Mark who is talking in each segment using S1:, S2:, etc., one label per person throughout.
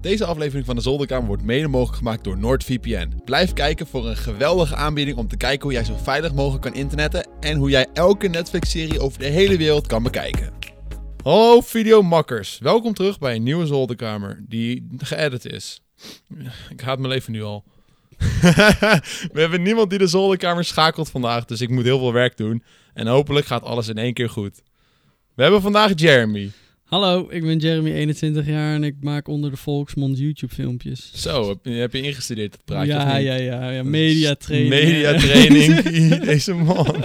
S1: Deze aflevering van de Zolderkamer wordt mede mogelijk gemaakt door NordVPN. Blijf kijken voor een geweldige aanbieding om te kijken hoe jij zo veilig mogelijk kan internetten en hoe jij elke Netflix-serie over de hele wereld kan bekijken. Hallo videomakkers, welkom terug bij een nieuwe Zolderkamer die geëdit is. Ik haat mijn leven nu al. We hebben niemand die de Zolderkamer schakelt vandaag, dus ik moet heel veel werk doen. En hopelijk gaat alles in één keer goed. We hebben vandaag Jeremy.
S2: Hallo, ik ben Jeremy, 21 jaar en ik maak onder de volksmond YouTube filmpjes.
S1: Zo, heb je, heb je ingestudeerd dat praatje? of
S2: ja,
S1: niet?
S2: ja, ja, ja, mediatraining.
S1: Mediatraining. Deze man.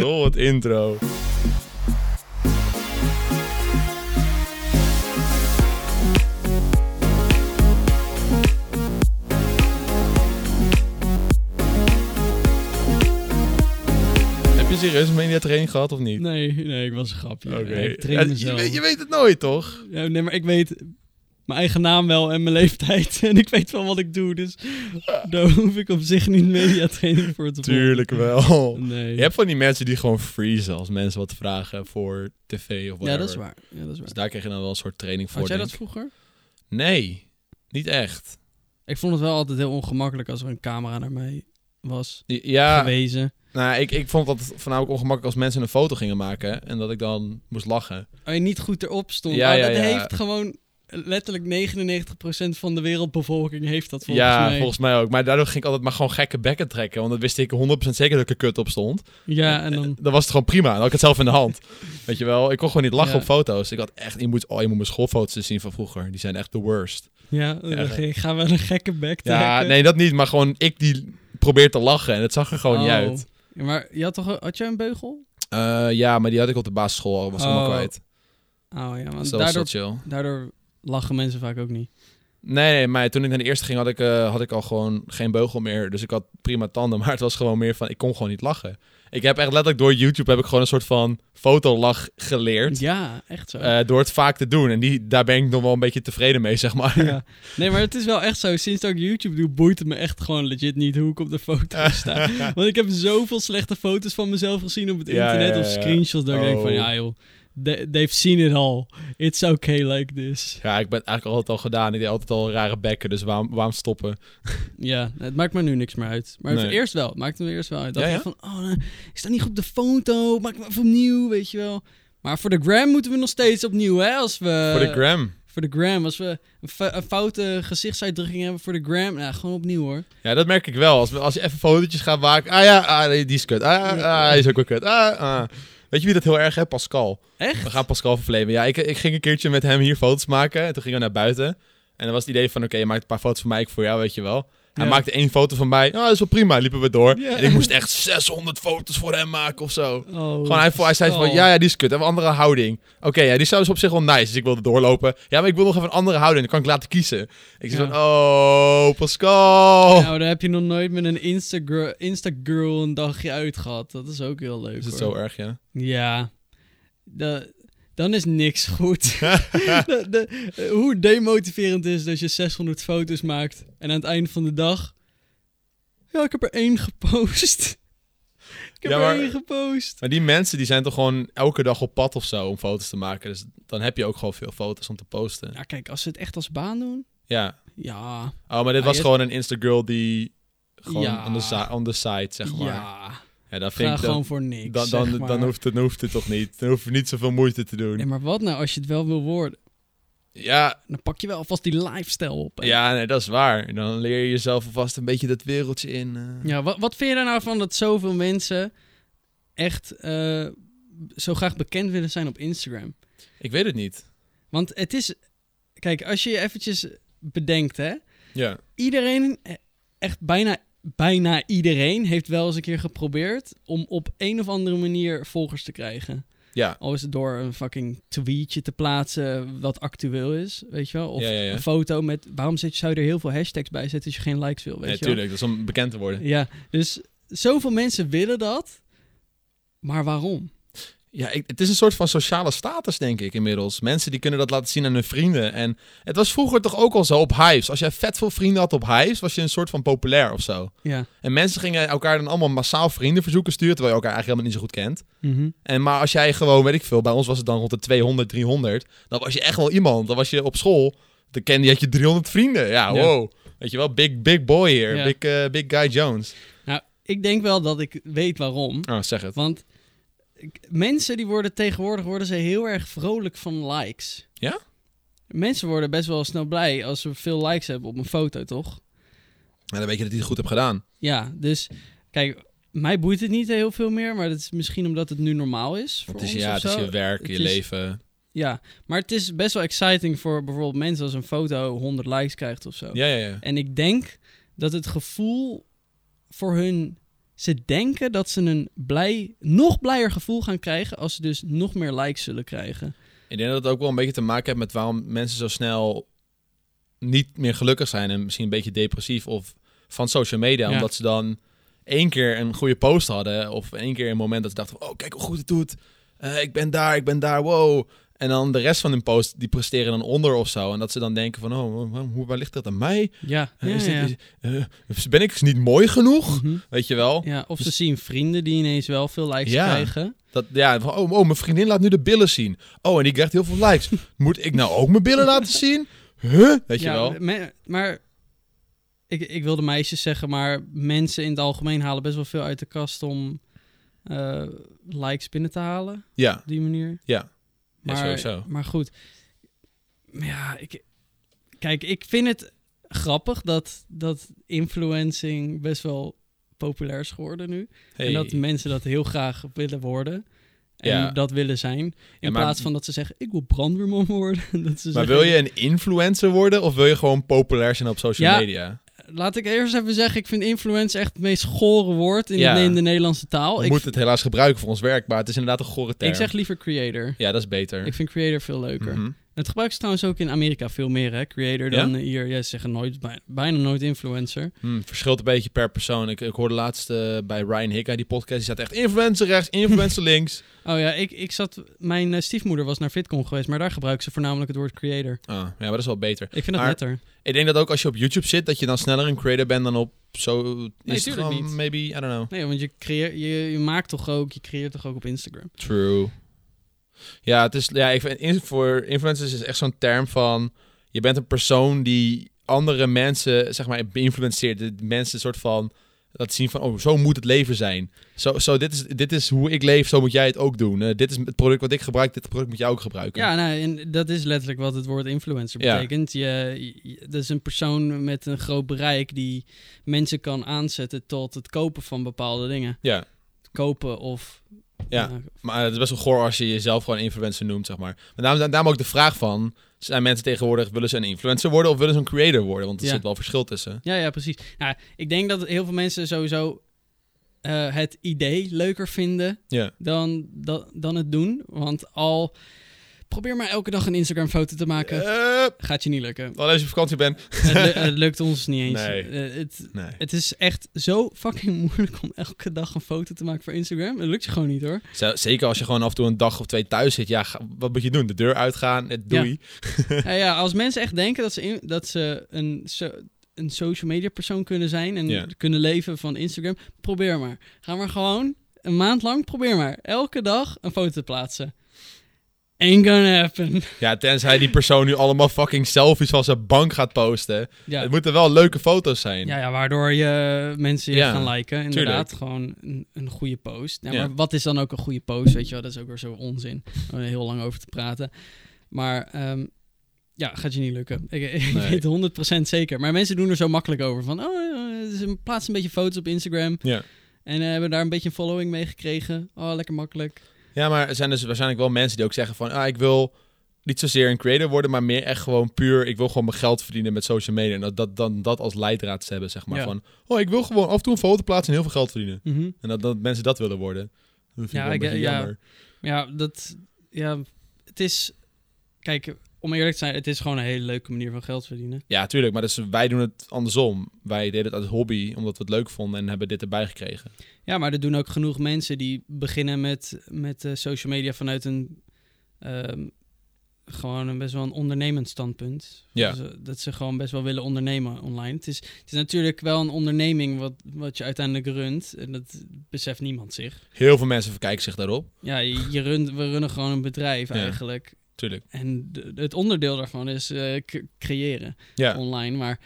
S1: Rol het intro. Heb je serieus een mediatraining gehad of niet?
S2: nee, nee, ik was een grapje.
S1: Oké.
S2: Ik train
S1: Eh, je,
S2: mezelf.
S1: weet, je weet het nooit, toch?
S2: Ja, nee, maar ik weet mijn eigen naam wel en mijn leeftijd en ik weet wel wat ik doe, dus daar hoef ik op zich niet mediatraining voor te volgen.
S1: Ah. Tuurlijk wel.
S2: Nee.
S1: Je hebt van die mensen die gewoon freezen als mensen wat vragen voor tv of whatever.
S2: ja, dat is waar. Ja, dat is waar.
S1: Dus daar kreeg je dan wel een soort training voor.
S2: Had jij
S1: denk
S2: dat
S1: ik.
S2: vroeger?
S1: Nee, niet echt.
S2: Ik vond het wel altijd heel ongemakkelijk als er een camera naar mij was
S1: I- Ja,
S2: gewezen.
S1: nou, ik, ik vond dat voornamelijk ongemakkelijk als mensen een foto gingen maken en dat ik dan moest lachen.
S2: Oh, je niet goed erop stond.
S1: Ja,
S2: Ja,
S1: ja,
S2: dat
S1: ja.
S2: heeft gewoon letterlijk 99% van de wereldbevolking heeft dat volgens
S1: ja,
S2: mij.
S1: volgens mij ook. Maar daardoor ging ik altijd maar gewoon gekke bekken trekken, want dan wist ik 100% zeker dat ik er kut op stond.
S2: Ja, en dan...
S1: Dan was het gewoon prima, dan had ik het zelf in de hand. Weet je wel, ik kon gewoon niet lachen
S2: Ja.
S1: op foto's. Ik had echt, je moet, oh, je moet mijn schoolfoto's eens zien van vroeger. Die zijn echt de worst.
S2: Ja, dan
S1: Ja.
S2: ga- gaan we een gekke bek
S1: Ja,
S2: trekken.
S1: nee, dat niet. Maar gewoon ik die probeert te lachen. En het zag er gewoon niet
S2: Oh.
S1: uit.
S2: Ja, maar je had toch... Had jij een beugel?
S1: Eh, ja, maar die had ik op de basisschool al. Was allemaal
S2: Oh.
S1: kwijt.
S2: Oh ja,
S1: Dus dat
S2: want
S1: was wel
S2: daardoor,
S1: chill.
S2: daardoor lachen mensen vaak ook niet.
S1: Nee, nee, maar toen ik naar de eerste ging, had ik, eh, had ik al gewoon geen beugel meer. Dus ik had prima tanden. Maar het was gewoon meer van, ik kon gewoon niet lachen. Ik heb echt letterlijk door YouTube heb ik gewoon een soort van fotolach geleerd.
S2: Ja, echt zo.
S1: eh, door het vaak te doen. En die, daar ben ik nog wel een beetje tevreden mee, zeg maar.
S2: Ja. Nee, maar het is wel echt zo. Sinds dat ik YouTube doe, boeit het me echt gewoon legit niet hoe ik op de foto sta. Want ik heb zoveel slechte foto's van mezelf gezien op het
S1: Ja, ja,
S2: internet
S1: ja,
S2: of
S1: ja.
S2: screenshots. Dat ik denk van,
S1: Oh.
S2: ja joh, they- they've seen it all. It's okay like this.
S1: Ja, ik ben het eigenlijk altijd al gedaan. Ik deed altijd al rare bekken, dus waarom, waarom stoppen?
S2: Eh. Ja, het maakt me nu niks meer uit. Maar
S1: Nee.
S2: het eerst wel. Het maakte me eerst wel uit. Dat
S1: Ja,
S2: ik van, oh, nou, ik sta niet goed op de foto. Maak me even opnieuw, weet je wel. Maar voor de gram moeten we nog steeds opnieuw, hè? Als we,
S1: Voor de gram.
S2: Voor de gram. Als we een, fa- een foute gezichtsuitdrukking hebben voor de gram. Nou, gewoon opnieuw, hoor.
S1: Ja, dat merk ik wel. Als, als je even fotootjes gaat maken. Ah ja, ah, die die is kut. Ah, ah, ah, die is ook wel kut. Ah, ah. Weet je wie dat heel erg heeft? Pascal.
S2: Echt?
S1: We gaan Pascal vervlemen. Ja, ik, ik ging een keertje met hem hier foto's maken. En toen gingen we naar buiten. En dan was het idee van, oké, je maakt een paar foto's van mij, ik voor jou, weet je wel. Hij
S2: Ja.
S1: maakte één foto van mij. Nou, dat is wel prima. Liepen we door.
S2: Ja.
S1: En ik moest echt 600 foto's voor hem maken of zo.
S2: Oh,
S1: Gewoon, hij, vo- hij zei van,
S2: Pascal.
S1: ja, ja, die is kut. Hebben we een andere houding. Oké, ja, die zou dus op zich wel nice. Dus ik wilde doorlopen. Ja, maar ik wil nog even een andere houding. Dan kan ik laten kiezen. Ik zei
S2: Ja.
S1: van, oh, Pascal.
S2: Nou, daar heb je nog nooit met een Instagra- Instagirl een dagje uit gehad. Dat is ook heel leuk.
S1: Is Dus het
S2: hoor.
S1: zo erg, ja?
S2: Ja. Da- dan is niks goed. De- de- hoe demotiverend is dat je 600 foto's maakt en aan het eind van de dag. Ja, ik heb er één gepost. ik heb
S1: Ja,
S2: er
S1: maar-
S2: één gepost.
S1: Maar die mensen die zijn toch gewoon elke dag op pad of zo om foto's te maken. Dus dan heb je ook gewoon veel foto's om te posten.
S2: Ja, Nou, kijk, als ze het echt als baan doen.
S1: Ja.
S2: Ja.
S1: Oh, maar dit
S2: Ah,
S1: was
S2: je-
S1: gewoon een Instagirl die gewoon
S2: Ja.
S1: on, the si- on the side, zeg maar. Ja,
S2: Ja.
S1: dan
S2: Ga
S1: vind ik...
S2: gewoon
S1: Dan,
S2: voor niks.
S1: dan, dan,
S2: zeg maar.
S1: dan hoeft, het, dan hoeft het toch niet. Dan hoef je niet zoveel moeite te doen.
S2: Nee, maar wat nou als je het wel wil worden?
S1: Ja,
S2: Dan pak je wel alvast die lifestyle op. hè.
S1: ja nee, dat is waar. Dan leer je jezelf alvast een beetje dat wereldje in. eh.
S2: Ja, wat, wat vind je er nou van dat zoveel mensen echt eh, zo graag bekend willen zijn op Instagram?
S1: Ik weet het niet.
S2: Want het is... Kijk, als je je eventjes bedenkt, hè.
S1: Ja.
S2: Iedereen, eh, echt bijna, bijna iedereen, heeft wel eens een keer geprobeerd... om op een of andere manier volgers te krijgen.
S1: Ja.
S2: Al is het door een fucking tweetje te plaatsen wat actueel is, weet je wel. Of
S1: Ja, ja, ja.
S2: een foto met... Waarom zet, zou je er heel veel hashtags bij zetten als je geen likes wil, weet je wel.
S1: Natuurlijk, dat is om bekend te worden.
S2: Ja, dus zoveel mensen willen dat. Maar waarom?
S1: Ja, ik- het is een soort van sociale status, denk ik, inmiddels. Mensen die kunnen dat laten zien aan hun vrienden. En het was vroeger toch ook al zo op Hives. Als jij vet veel vrienden had op Hives, was je een soort van populair of zo.
S2: Ja.
S1: En mensen gingen elkaar dan allemaal massaal vriendenverzoeken sturen, terwijl je elkaar eigenlijk helemaal niet zo goed kent. En maar als jij gewoon, weet ik veel, bij ons was het dan rond de 200, 300, dan was je echt wel iemand. Dan was je op school, Dan kende je, had je 300 vrienden. Ja,
S2: Ja.
S1: wow. Weet je wel, big, big boy hier.
S2: Ja.
S1: Big, eh, big guy Jones.
S2: Nou, ik denk wel dat ik weet waarom.
S1: Oh, zeg het.
S2: Want ik- mensen die worden tegenwoordig worden ze heel erg vrolijk van likes.
S1: Ja?
S2: Mensen worden best wel snel blij als ze veel likes hebben op een foto, toch?
S1: En dan weet je dat hij het goed hebt gedaan.
S2: Ja, dus kijk, mij boeit het niet heel veel meer, maar dat is misschien omdat het nu normaal is. Voor
S1: Het is,
S2: ons
S1: ja,
S2: of
S1: het is
S2: zo.
S1: je werk,
S2: Het
S1: je
S2: is-
S1: leven.
S2: Ja, maar het is best wel exciting voor bijvoorbeeld mensen als een foto 100 likes krijgt of zo.
S1: Ja, ja, ja.
S2: En ik denk dat het gevoel voor hun. Ze denken dat ze een blij, nog blijer gevoel gaan krijgen als ze dus nog meer likes zullen krijgen.
S1: Ik denk dat het ook wel een beetje te maken heeft met waarom mensen zo snel niet meer gelukkig zijn en misschien een beetje depressief of van social media,
S2: Ja.
S1: omdat ze dan één keer een goede post hadden of één keer een moment dat ze dachten van, oh kijk hoe goed het doet, Eh, ik ben daar, ik ben daar, wow. En dan de rest van hun post die presteren dan onder of zo en dat ze dan denken van, oh waar- hoe, waar ligt dat aan mij?
S2: Ja,
S1: Eh,
S2: ja,
S1: is dit-
S2: ja.
S1: is- eh, ben ik dus niet mooi genoeg?
S2: Mhm.
S1: Weet je wel?
S2: Ja, of ze zien vrienden die ineens wel veel likes
S1: Oh. Ja.
S2: krijgen.
S1: Dat, ja, van, oh, oh, mijn vriendin laat nu de billen zien. Oh, en die krijgt heel veel likes. Moet ik nou ook mijn billen laten zien? Huh? Weet
S2: Ja,
S1: je wel?
S2: me- maar ik, ik wilde meisjes zeggen, maar mensen in het algemeen halen best wel veel uit de kast om eh, likes binnen te halen.
S1: Ja,
S2: Op die manier.
S1: ja. Ja,
S2: Maar,
S1: sowieso.
S2: Maar goed. Ja, ik, kijk, ik vind het grappig dat, dat influencing best wel populair is geworden nu.
S1: Hey.
S2: En dat mensen dat heel graag willen worden. En
S1: Ja.
S2: dat willen zijn. In
S1: Ja, maar-
S2: plaats van dat ze zeggen, ik wil brandweerman worden. dat ze
S1: maar
S2: zeggen,
S1: wil je een influencer worden of wil je gewoon populair zijn op social
S2: Ja.
S1: media?
S2: Laat ik eerst even zeggen, ik vind influencer echt het meest gore woord in,
S1: Ja.
S2: de, in de Nederlandse taal.
S1: We
S2: Oh, Ik,
S1: moeten het helaas gebruiken voor ons werk, maar het is inderdaad een gore term.
S2: ik zeg liever creator.
S1: ja, dat is beter.
S2: Ik vind creator veel leuker.
S1: Mhm.
S2: Het gebruiken ze trouwens ook in Amerika veel meer, hè? Creator dan eh, hier. Ja, ze zeggen nooit, bij- bijna nooit influencer.
S1: Hm, verschilt een beetje per persoon. Ik, ik hoorde laatst eh, bij Ryan Hicka die podcast, die staat echt influencer rechts, influencer links.
S2: Oh ja, ik, ik zat... Mijn eh, stiefmoeder was naar VidCon geweest, maar daar gebruiken ze voornamelijk het woord creator.
S1: Ah, ja, maar dat is wel beter.
S2: Ik vind dat
S1: Maar-
S2: netter.
S1: Ik denk dat ook als je op YouTube zit, dat je dan sneller een creator bent dan op zo Instagram,
S2: tuurlijk niet.
S1: maybe, I don't know.
S2: Nee, want je, creëer, je, je maakt toch ook, je creëert toch ook op Instagram.
S1: True. Ja, het is, ja ik vind, in- voor influencers is echt zo'n term van... Je bent een persoon die andere mensen, zeg maar, beïnfluenceert. De mensen een soort van laten zien van, oh, zo moet het leven zijn. Zo, zo dit, is, dit is hoe ik leef, zo moet jij het ook doen. Eh, dit is het product wat ik gebruik, dit product moet jij ook gebruiken.
S2: Ja, nou, en dat is letterlijk wat het woord influencer
S1: Ja.
S2: betekent. Je, je- dat is een persoon met een groot bereik die mensen kan aanzetten tot het kopen van bepaalde dingen.
S1: Ja.
S2: Kopen of...
S1: Ja.
S2: nou,
S1: Maar het is best wel goor als je jezelf gewoon influencer noemt, zeg maar. Maar daarom, daarom ook de vraag van... Zijn mensen tegenwoordig, willen ze een influencer worden of willen ze een creator worden? Want er
S2: Ja.
S1: zit wel verschil tussen.
S2: Ja, ja, precies. Nou, ik denk dat heel veel mensen sowieso eh, het idee leuker vinden
S1: Ja.
S2: dan, dan, dan het doen. Want al probeer maar elke dag een Instagram foto te maken,
S1: Eh,
S2: gaat je niet lukken.
S1: Alleen als je op vakantie bent.
S2: het, lu- het lukt ons niet eens.
S1: Nee.
S2: Eh, het,
S1: Nee.
S2: het is echt zo fucking moeilijk om elke dag een foto te maken voor Instagram. Het lukt je gewoon niet hoor.
S1: Z- Zeker als je gewoon af en toe een dag of twee thuis zit. Ja, ga- wat moet je doen? De deur uitgaan, het doei.
S2: Nou ja, als mensen echt denken dat ze, in- dat ze een, so- een social media persoon kunnen zijn en
S1: Ja.
S2: kunnen leven van Instagram, probeer maar. Ga maar gewoon een maand lang, probeer maar. Elke dag een foto te plaatsen. Ain't gonna happen.
S1: Ja. tenzij die persoon nu allemaal fucking selfies van zijn bank gaat posten.
S2: Ja,
S1: Het moeten wel leuke foto's zijn.
S2: ja, ja waardoor je mensen je
S1: Ja,
S2: gaan liken. Inderdaad, gewoon een, een goede post. Ja,
S1: Ja.
S2: Maar wat is dan ook een goede post? Weet je wel, dat is ook weer zo onzin. Om er heel lang over te praten. Maar ehm, ja, gaat je niet lukken. Ik, ik
S1: Nee.
S2: weet het 100% zeker. Maar mensen doen er zo makkelijk over. Van, oh, eh, ze plaatsen een beetje foto's op Instagram.
S1: Ja.
S2: En eh, hebben daar een beetje een following mee gekregen. Oh, lekker makkelijk.
S1: Ja, maar er zijn dus waarschijnlijk wel mensen die ook zeggen van... Ah, ik wil niet zozeer een creator worden, maar meer echt gewoon puur... Ik wil gewoon mijn geld verdienen met social media. En dat, dat, dan dat als leidraad te hebben, zeg maar.
S2: Ja.
S1: Van, oh, ik wil gewoon af en toe een foto plaatsen en heel veel geld verdienen.
S2: Mhm.
S1: En dat, dat mensen dat willen worden. Dat vind
S2: Ja,
S1: ik wel een
S2: ik-
S1: beetje
S2: ja.
S1: jammer.
S2: Ja, dat... Ja, het is... Kijk, om eerlijk te zijn, het is gewoon een hele leuke manier van geld verdienen.
S1: Ja, tuurlijk. Maar dus wij doen het andersom. Wij deden het als hobby, omdat we het leuk vonden en hebben dit erbij gekregen.
S2: Ja, maar er doen ook genoeg mensen die beginnen met, met eh, social media vanuit een... ehm, gewoon een best wel een ondernemend standpunt.
S1: Ja.
S2: Dus, eh, dat ze gewoon best wel willen ondernemen online. Het is, het is natuurlijk wel een onderneming wat, wat je uiteindelijk runt. En dat beseft niemand zich.
S1: Heel veel mensen verkijken zich daarop.
S2: Ja, je, je runt, we runnen gewoon een bedrijf
S1: Ja.
S2: eigenlijk.
S1: tuurlijk.
S2: En de- het onderdeel daarvan is eh, c- creëren
S1: Ja,
S2: online. Maar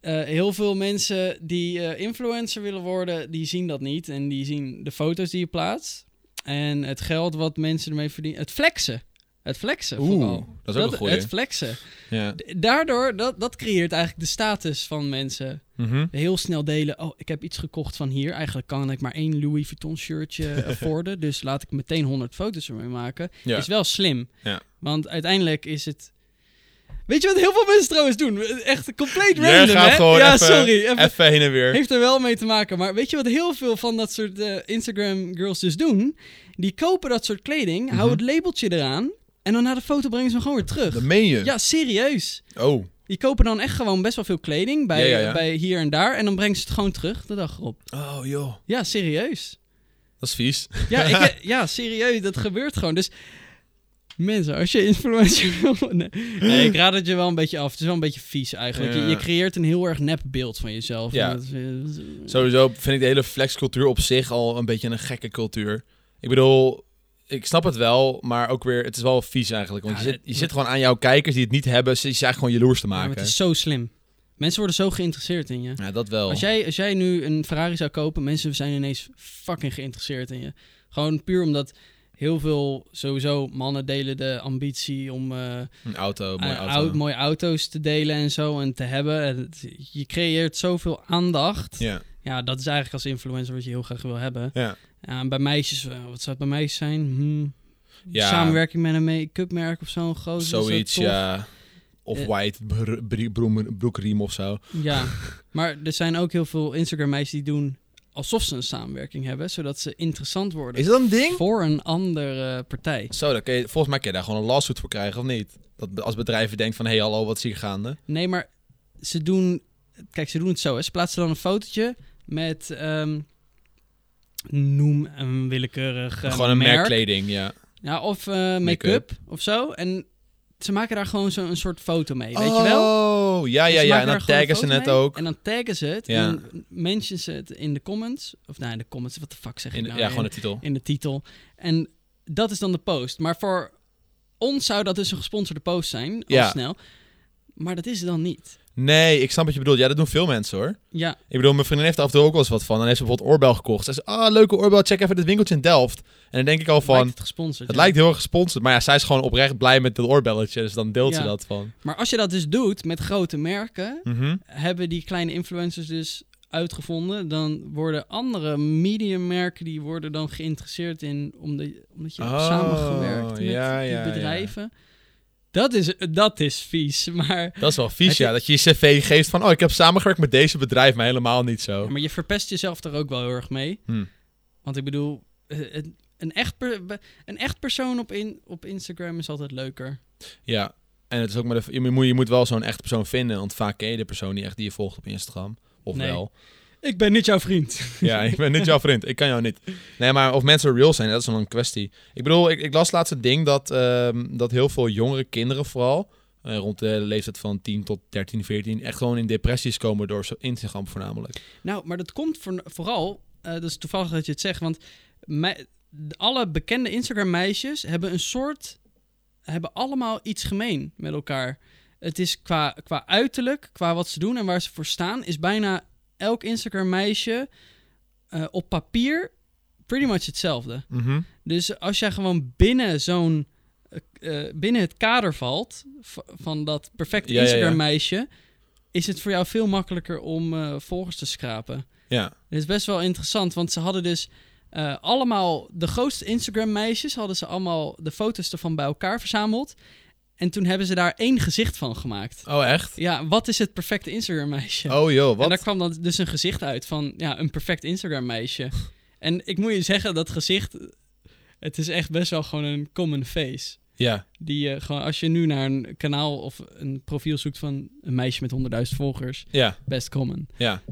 S2: eh, heel veel mensen die eh, influencer willen worden, die zien dat niet. En die zien de foto's die je plaatst. En het geld wat mensen ermee verdienen. Het flexen. Het flexen vooral.
S1: oeh, dat is ook een goeie.
S2: het flexen.
S1: Ja.
S2: D- Daardoor, dat, dat creëert eigenlijk de status van mensen.
S1: Mhm.
S2: Heel snel delen, oh, ik heb iets gekocht van hier. Eigenlijk kan ik maar één Louis Vuitton shirtje afforden. Dus laat ik meteen 100 foto's ermee maken
S1: ja.
S2: is wel slim.
S1: Ja.
S2: Want uiteindelijk is het... Weet je wat heel veel mensen trouwens doen? Echt compleet
S1: Jij
S2: random,
S1: gaat
S2: hè?
S1: gewoon
S2: ja,
S1: even-
S2: sorry. even-
S1: Even heen en weer.
S2: Heeft er wel mee te maken. Maar weet je wat heel veel van dat soort eh, Instagram girls dus doen? Die kopen dat soort kleding,
S1: Mhm.
S2: houden het labeltje eraan... en dan na de foto brengen ze hem gewoon weer terug.
S1: Dat meen je?
S2: Ja, serieus.
S1: Oh,
S2: Die kopen dan echt gewoon best wel veel kleding bij,
S1: Ja, ja, ja.
S2: bij hier en daar... en dan brengen ze het gewoon terug de dag erop.
S1: oh joh.
S2: Ja, serieus.
S1: Dat is vies.
S2: Ja, ik, ja, serieus, dat gebeurt gewoon. Dus mensen, als je influencer wil worden- Nee, ik raad het je wel een beetje af. Het is wel een beetje vies eigenlijk. Je,
S1: Ja.
S2: je creëert een heel erg nep beeld van jezelf.
S1: Ja.
S2: En dat is, eh,
S1: Sowieso vind ik de hele flexcultuur op zich al een beetje een gekke cultuur. Ik bedoel, ik snap het wel, maar ook weer, het is wel vies eigenlijk. Want
S2: Ja,
S1: je, zit, je
S2: het-
S1: zit gewoon aan jouw kijkers die het niet hebben, ze je eigenlijk gewoon jaloers te
S2: maar
S1: maken.
S2: het
S1: Ja,
S2: is zo slim. Mensen worden zo geïnteresseerd in je.
S1: dat wel.
S2: Als jij, als jij nu een Ferrari zou kopen, mensen zijn ineens fucking geïnteresseerd in je. Gewoon puur omdat heel veel, sowieso, mannen delen de ambitie om... eh,
S1: Een auto, mooi
S2: mooie,
S1: auto.
S2: Eh, mooie auto's te delen en zo en te hebben. En het- je creëert zoveel aandacht. Ja.
S1: Ja,
S2: dat is eigenlijk als influencer wat je heel graag wil hebben.
S1: ja.
S2: Ja, en bij meisjes, eh, wat zou het bij meisjes zijn? Hm,
S1: Ja.
S2: Samenwerking met een make-up merk of zo'n groot.
S1: zoiets, ja. Of
S2: Eh.
S1: white br- brie- broem- broekriem of zo.
S2: Ja, maar er zijn ook heel veel Instagram meisjes die doen alsof ze een samenwerking hebben, zodat ze interessant worden.
S1: Is dat een ding?
S2: Voor een andere partij.
S1: Zo, dan kun je, volgens mij kun je daar gewoon een lawsuit voor krijgen, of niet? Dat, als bedrijven denken van, hé hey, hallo, wat is hier gaande?
S2: Nee, maar ze doen. Kijk, ze doen het zo. Hè. Ze plaatsen dan een fotootje met. ehm, noem een willekeurig. eh,
S1: gewoon een merkkleding, ja.
S2: Ja, of eh, make-up of zo. En ze maken daar gewoon zo'n soort foto mee. Weet je wel? Dus
S1: Oh, ja, ja,
S2: Ze
S1: ja. En
S2: maken daar
S1: dan
S2: gewoon
S1: taggen ze
S2: een
S1: net
S2: foto mee
S1: ook.
S2: En dan taggen ze het.
S1: Ja.
S2: En dan mentionen ze het in de comments. Of nou, in de comments. Wat de fuck zeg
S1: In
S2: ik
S1: de-
S2: nou?
S1: ja,
S2: In-
S1: gewoon de titel.
S2: in de titel. En dat is dan de post. Maar voor ons zou dat dus een gesponsorde post zijn. Al
S1: Ja.
S2: snel. Maar dat is het dan niet.
S1: Nee, ik snap wat je bedoelt. Ja, dat doen veel mensen hoor.
S2: Ja,
S1: Ik bedoel, mijn vriendin heeft er af en toe ook wel eens wat van. Dan heeft ze bijvoorbeeld oorbel gekocht. Ze zegt, ah, leuke oorbel, check even dit winkeltje in Delft. En dan denk ik al van,
S2: lijkt
S1: het,
S2: het gesponsord. ja.
S1: lijkt heel erg gesponsord. Maar ja, zij is gewoon oprecht blij met dat oorbelletje. Dus dan deelt ze
S2: Ja.
S1: dat van.
S2: Maar als je dat dus doet met grote merken,
S1: Mhm.
S2: hebben die kleine influencers dus uitgevonden, dan worden andere mediummerken die worden dan geïnteresseerd in omdat, omdat je hebt
S1: Oh,
S2: samengewerkt met
S1: ja,
S2: die
S1: ja, ja.
S2: bedrijven. Dat is dat is vies, maar
S1: Dat is wel
S2: Heb
S1: vies,
S2: je-
S1: ja. Dat je je cv geeft van, oh, ik heb samengewerkt met deze bedrijf, maar helemaal niet zo.
S2: maar je verpest jezelf er ook wel heel erg mee.
S1: Hmm.
S2: Want ik bedoel, eh, het- een echt, per- een echt persoon op, in, op Instagram is altijd leuker.
S1: Ja. En het is ook maar de, je, moet, je moet wel zo'n echte persoon vinden. Want vaak ken je de persoon niet echt die je volgt op Instagram. Of
S2: Nee.
S1: wel.
S2: Ik ben niet jouw vriend.
S1: Ja, ik ben niet jouw vriend. Ik kan jou niet. Nee, maar of mensen real zijn, dat is dan een kwestie. Ik bedoel, ik, ik las laatst het ding dat, ehm, dat heel veel jongere kinderen vooral... eh, rond de leeftijd van 10 tot 13, 14... echt gewoon in depressies komen door zo- Instagram voornamelijk.
S2: Nou, maar dat komt voor- vooral, eh, dat is toevallig dat je het zegt, want me- de- alle bekende Instagram-meisjes hebben een soort, hebben allemaal iets gemeen met elkaar. Het is qua, qua uiterlijk, qua wat ze doen en waar ze voor staan, is bijna elk Instagram-meisje eh, op papier pretty much hetzelfde. Dus als jij gewoon binnen zo'n eh, eh, binnen het kader valt v- van dat perfecte
S1: Ja, ja, ja.
S2: Instagram meisje, is het voor jou veel makkelijker om eh, volgers te schrapen.
S1: Ja.
S2: Dat is best wel interessant, want ze hadden dus eh, allemaal de grootste Instagram meisjes hadden ze allemaal de foto's ervan bij elkaar verzameld en toen hebben ze daar één gezicht van gemaakt.
S1: Oh, echt?
S2: Ja, wat is het perfecte Instagram meisje?
S1: Oh joh,
S2: En daar
S1: wat?
S2: kwam dan dus een gezicht uit van ja, een perfect Instagram meisje. en ik moet je zeggen, dat gezicht, het is echt best wel gewoon een common face.
S1: Ja.
S2: Die je gewoon, als je nu naar een kanaal of een profiel zoekt van een meisje met 100.000 volgers,
S1: Ja.
S2: best common.
S1: Ja.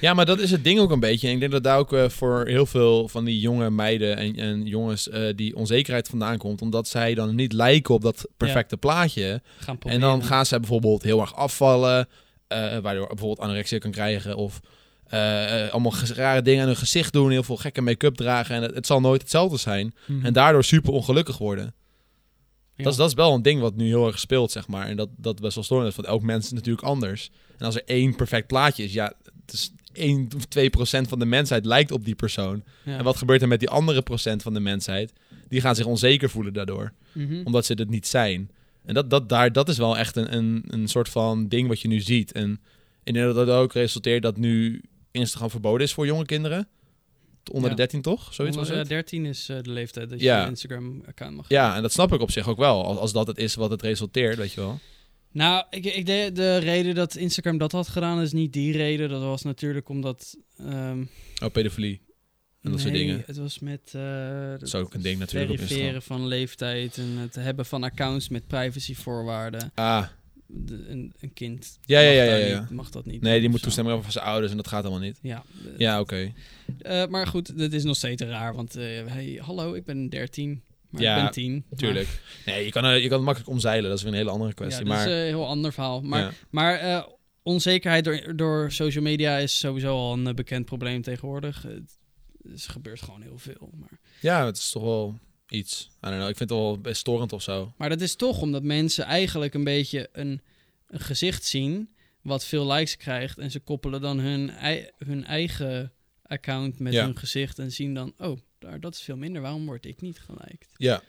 S1: ja, maar dat is het ding ook een beetje. En ik denk dat daar ook eh, voor heel veel van die jonge meiden en, en jongens eh, die onzekerheid vandaan komt. Omdat zij dan niet lijken op dat perfecte plaatje.
S2: Gaan proberen.
S1: En dan gaan zij bijvoorbeeld heel erg afvallen. eh, waardoor bijvoorbeeld anorexia kan krijgen. Of eh, eh, allemaal ges- rare dingen aan hun gezicht doen. Heel veel gekke make-up dragen. En het, het zal nooit hetzelfde zijn.
S2: Mhm.
S1: En daardoor super ongelukkig worden. Dat, is, dat is wel een ding wat nu heel erg speelt, zeg maar. En dat, dat best wel storend is, want elk mens is natuurlijk anders. En als er één perfect plaatje is, ja, het is 1 of 2 procent van de mensheid lijkt op die persoon.
S2: Ja.
S1: En wat gebeurt er met die andere procent van de mensheid? Die gaan zich onzeker voelen daardoor,
S2: Mhm.
S1: omdat ze het niet zijn. En dat, dat, daar, dat is wel echt een, een, een soort van ding wat je nu ziet. En ik denk dat dat ook resulteert dat nu Instagram verboden is voor jonge kinderen. Onder
S2: Ja.
S1: de 13 toch? Zoiets was
S2: Onder,
S1: het?
S2: eh, 13 is eh, de leeftijd dat
S1: Ja.
S2: je een Instagram-account mag
S1: Ja, en dat snap ik op zich ook wel. Als, als dat het is wat het resulteert, weet je wel.
S2: Nou, ik, ik de, de reden dat Instagram dat had gedaan is niet die reden. Dat was natuurlijk omdat... ehm
S1: Oh, pedofilie. En dat soort
S2: nee,
S1: dingen.
S2: Het was met... eh
S1: Dat is ook een ding
S2: het
S1: natuurlijk op Instagram.
S2: verifiëren van leeftijd en het hebben van accounts met privacyvoorwaarden.
S1: Ah,
S2: De- een, een kind
S1: Ja, ja,
S2: mag,
S1: ja,
S2: daar
S1: ja, ja.
S2: niet- mag dat niet.
S1: nee,
S2: doen
S1: die
S2: of
S1: moet
S2: zo.
S1: toestemming hebben van zijn ouders en dat gaat allemaal niet.
S2: Ja.
S1: Ja, oké.
S2: Eh, maar goed, dat is nog steeds raar, want eh, hey, hallo, ik ben 13, maar
S1: Ja,
S2: ik ben 10. maar-
S1: Tuurlijk. Nee, je kan, eh, je kan het makkelijk omzeilen. Dat is weer een hele andere kwestie.
S2: ja, dat
S1: maar,
S2: is eh, een heel ander verhaal. Maar
S1: ja.
S2: Maar eh, onzekerheid door, door social media is sowieso al een eh, bekend probleem tegenwoordig. Het, het gebeurt gewoon heel veel. Maar,
S1: ja, het is toch wel iets. I don't know. Ik vind het wel best storend of zo.
S2: maar dat is toch omdat mensen eigenlijk een beetje een, een gezicht zien wat veel likes krijgt. En ze koppelen dan hun, ei- hun eigen account met
S1: Ja.
S2: hun gezicht en zien dan, oh, daar, dat is veel minder. Waarom word ik niet geliked?
S1: Ja,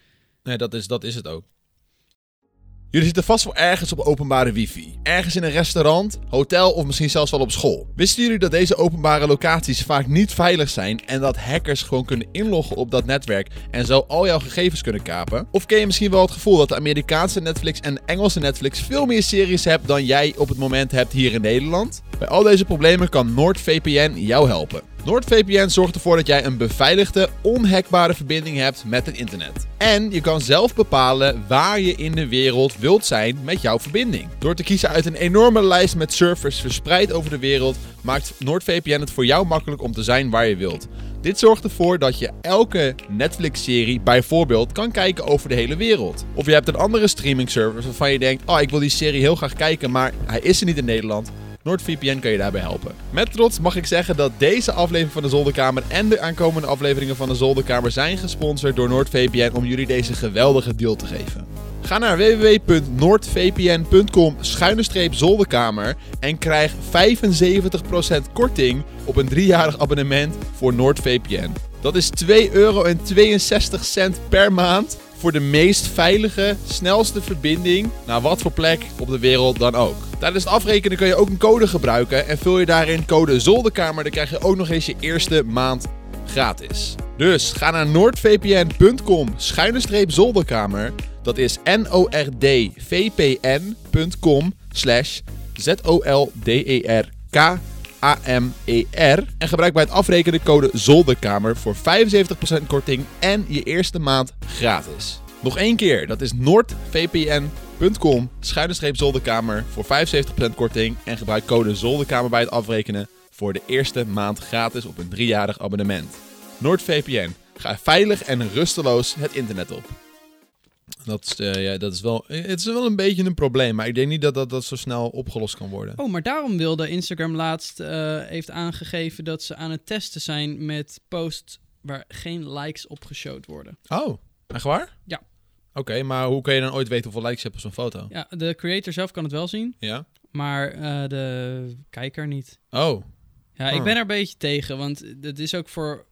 S1: nee, dat, is, dat is het ook. Jullie zitten vast wel ergens op openbare wifi. Ergens in een restaurant, hotel of misschien zelfs wel op school. Wisten jullie dat deze openbare locaties vaak niet veilig zijn en dat hackers gewoon kunnen inloggen op dat netwerk en zo al jouw gegevens kunnen kapen? Of ken je misschien wel het gevoel dat de Amerikaanse Netflix en de Engelse Netflix veel meer series hebt dan jij op het moment hebt hier in Nederland? Bij al deze problemen kan NordVPN jou helpen. NordVPN zorgt ervoor dat jij een beveiligde, onhackbare verbinding hebt met het internet. En je kan zelf bepalen waar je in de wereld wilt zijn met jouw verbinding. Door te kiezen uit een enorme lijst met servers verspreid over de wereld, maakt NordVPN het voor jou makkelijk om te zijn waar je wilt. Dit zorgt ervoor dat je elke Netflix-serie bijvoorbeeld kan kijken over de hele wereld. Of je hebt een andere streaming service waarvan je denkt: oh, ik wil die serie heel graag kijken, maar hij is er niet in Nederland. NordVPN kan je daarbij helpen. Met trots mag ik zeggen dat deze aflevering van de Zolderkamer en de aankomende afleveringen van de Zolderkamer zijn gesponsord door NordVPN om jullie deze geweldige deal te geven. Ga naar www.noordvpn.com zolderkamer en krijg 75% korting op een driejarig abonnement voor NordVPN. Dat is 2,62 euro per maand voor de meest veilige, snelste verbinding naar wat voor plek op de wereld dan ook. Tijdens het afrekenen kun je ook een code gebruiken en vul je daarin code zolderkamer, dan krijg je ook nog eens je eerste maand gratis. Dus ga naar noordvpn.com schuine streep zolderkamer. Dat is nordvpn.com slash E z-o-l-d-e-r-k AMER. E En gebruik bij het afrekenen de code Zolderkamer voor 75% korting en je eerste maand gratis. Nog één keer, dat is noordvpn.com schuine streep zolderkamer voor 75% korting en gebruik code Zolderkamer bij het afrekenen voor de eerste maand gratis op een driejarig abonnement. NoordVPN, ga veilig en rusteloos het internet op. Dat is, eh, ja, dat is wel, het is wel een beetje een probleem, maar ik denk niet dat dat, dat zo snel opgelost kan worden.
S2: Oh, maar daarom wilde Instagram laatst eh, heeft aangegeven dat ze aan het testen zijn met posts waar geen likes op geshowd worden.
S1: Oh, echt waar?
S2: Ja.
S1: Oké, maar hoe kun je dan ooit weten hoeveel likes je hebt op zo'n foto?
S2: Ja, de creator zelf kan het wel zien,
S1: Ja?
S2: maar eh, de kijker niet.
S1: Oh,
S2: Ja,
S1: Huh.
S2: ik ben er een beetje tegen, want het is ook voor,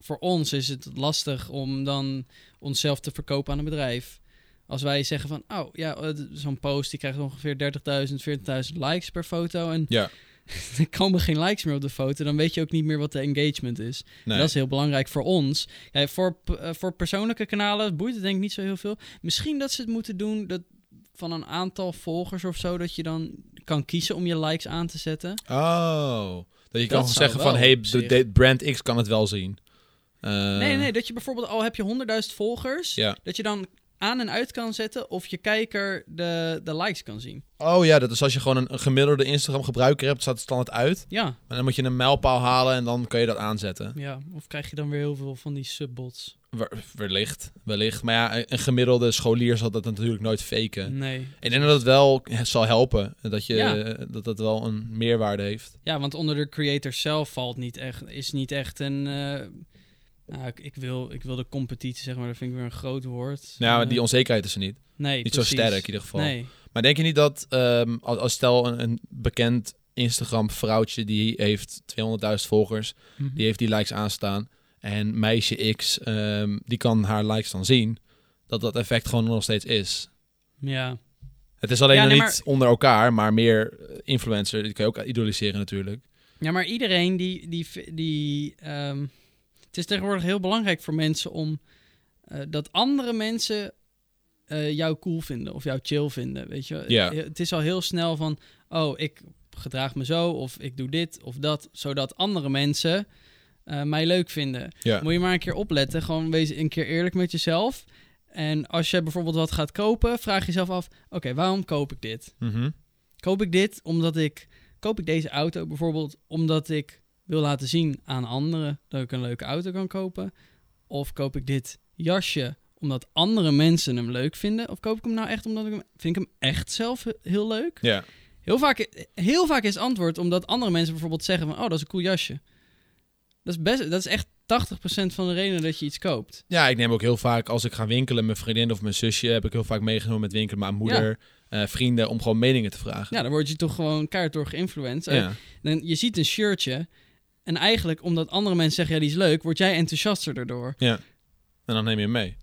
S2: voor ons is het lastig om dan onszelf te verkopen aan een bedrijf. Als wij zeggen van, oh ja, eh, d- zo'n post die krijgt ongeveer 30.000, 40.000 likes per foto en
S1: Ja.
S2: er komen geen likes meer op de foto, dan weet je ook niet meer wat de engagement is.
S1: nee.
S2: Dat is heel belangrijk voor ons. Ja, voor, p- eh, voor persoonlijke kanalen boeit het denk ik niet zo heel veel. Misschien dat ze het moeten doen dat van een aantal volgers of zo, dat je dan kan kiezen om je likes aan te zetten.
S1: Oh, dat je kan
S2: zou
S1: gewoon zeggen
S2: wel
S1: van, hey,
S2: op zich-
S1: de, de- brand X kan het wel zien. Eh,
S2: nee, nee, dat je bijvoorbeeld al heb je 100.000 volgers,
S1: Ja.
S2: dat je dan aan en uit kan zetten of je kijker de, de likes kan zien.
S1: Oh ja, dat is als je gewoon een, een gemiddelde Instagram gebruiker hebt, staat het standaard uit.
S2: Ja,
S1: Maar dan moet je een mijlpaal halen en dan kun je dat aanzetten.
S2: ja. Of krijg je dan weer heel veel van die subbots?
S1: Wer- Wellicht, wellicht. Maar ja, een gemiddelde scholier zal dat natuurlijk nooit faken.
S2: Nee.
S1: Ik denk dat het wel zal helpen. Dat, je,
S2: Mm. Ja.
S1: dat dat wel een meerwaarde heeft.
S2: Ja, want onder de creators zelf valt niet echt, is niet echt een eh, Nou, ik, ik wil, ik wil de competitie, zeg maar, dat vind ik weer een groot woord.
S1: Nou,
S2: Eh,
S1: die onzekerheid is er niet.
S2: nee,
S1: Niet
S2: precies.
S1: zo sterk in ieder geval.
S2: Nee,
S1: Maar denk je niet dat, ehm, als, als stel een, een bekend Instagram vrouwtje, die heeft 200.000 volgers, die heeft die likes aanstaan. En meisje X, ehm, die kan haar likes dan zien. Dat dat effect gewoon nog steeds is.
S2: ja.
S1: Het is alleen
S2: Ja,
S1: nog
S2: nee,
S1: niet onder elkaar, maar meer eh, influencer. Die kun je ook idoliseren natuurlijk.
S2: Ja, maar iedereen die. die, v- die ehm, het is tegenwoordig heel belangrijk voor mensen om. eh, dat andere mensen eh, jou cool vinden of jou chill vinden. Weet je,
S1: Ja.
S2: Eh, het is al heel snel van. Oh, ik gedraag me zo of ik doe dit of dat, zodat andere mensen eh, mij leuk vinden.
S1: Ja.
S2: Moet je maar een keer opletten. Gewoon wees een keer eerlijk met jezelf. En als je bijvoorbeeld wat gaat kopen, vraag jezelf af: oké, waarom koop ik dit?
S1: Mhm.
S2: Koop ik dit omdat ik. Koop ik deze auto bijvoorbeeld omdat ik wil laten zien aan anderen dat ik een leuke auto kan kopen? Of koop ik dit jasje omdat andere mensen hem leuk vinden? Of koop ik hem nou echt omdat ik hem. Vind ik hem echt zelf he- heel leuk?
S1: Ja.
S2: Heel vaak, heel vaak is het antwoord omdat andere mensen bijvoorbeeld zeggen: van, Oh, dat is een cool jasje. Dat is, best, dat is echt 80% van de reden dat je iets koopt.
S1: ja, ik neem ook heel vaak, als ik ga winkelen, mijn vriendin of mijn zusje, heb ik heel vaak meegenomen met winkelen, maar moeder, eh, vrienden, om gewoon meningen te vragen.
S2: Ja, Nou, dan word je toch gewoon kaart door geïnfluenced.
S1: Ja.
S2: Dan, je ziet een shirtje. En eigenlijk, omdat andere mensen zeggen, ja, die is leuk, word jij enthousiaster erdoor.
S1: En dan neem je hem mee.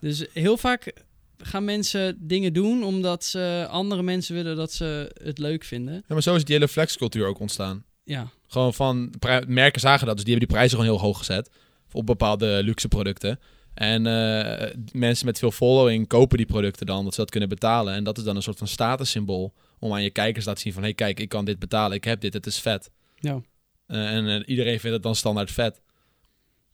S2: Dus heel vaak gaan mensen dingen doen omdat ze andere mensen willen dat ze het leuk vinden.
S1: Ja, maar zo is die hele flexcultuur ook ontstaan.
S2: Ja,
S1: Gewoon van, pri- merken zagen dat, dus die hebben die prijzen gewoon heel hoog gezet. Op bepaalde luxe producten. En eh, mensen met veel following kopen die producten dan, dat ze dat kunnen betalen. En dat is dan een soort van statussymbool. Om aan je kijkers te laten zien van, hé hey, kijk, ik kan dit betalen, ik heb dit, het is vet.
S2: ja,
S1: Eh, en eh, iedereen vindt het dan standaard vet.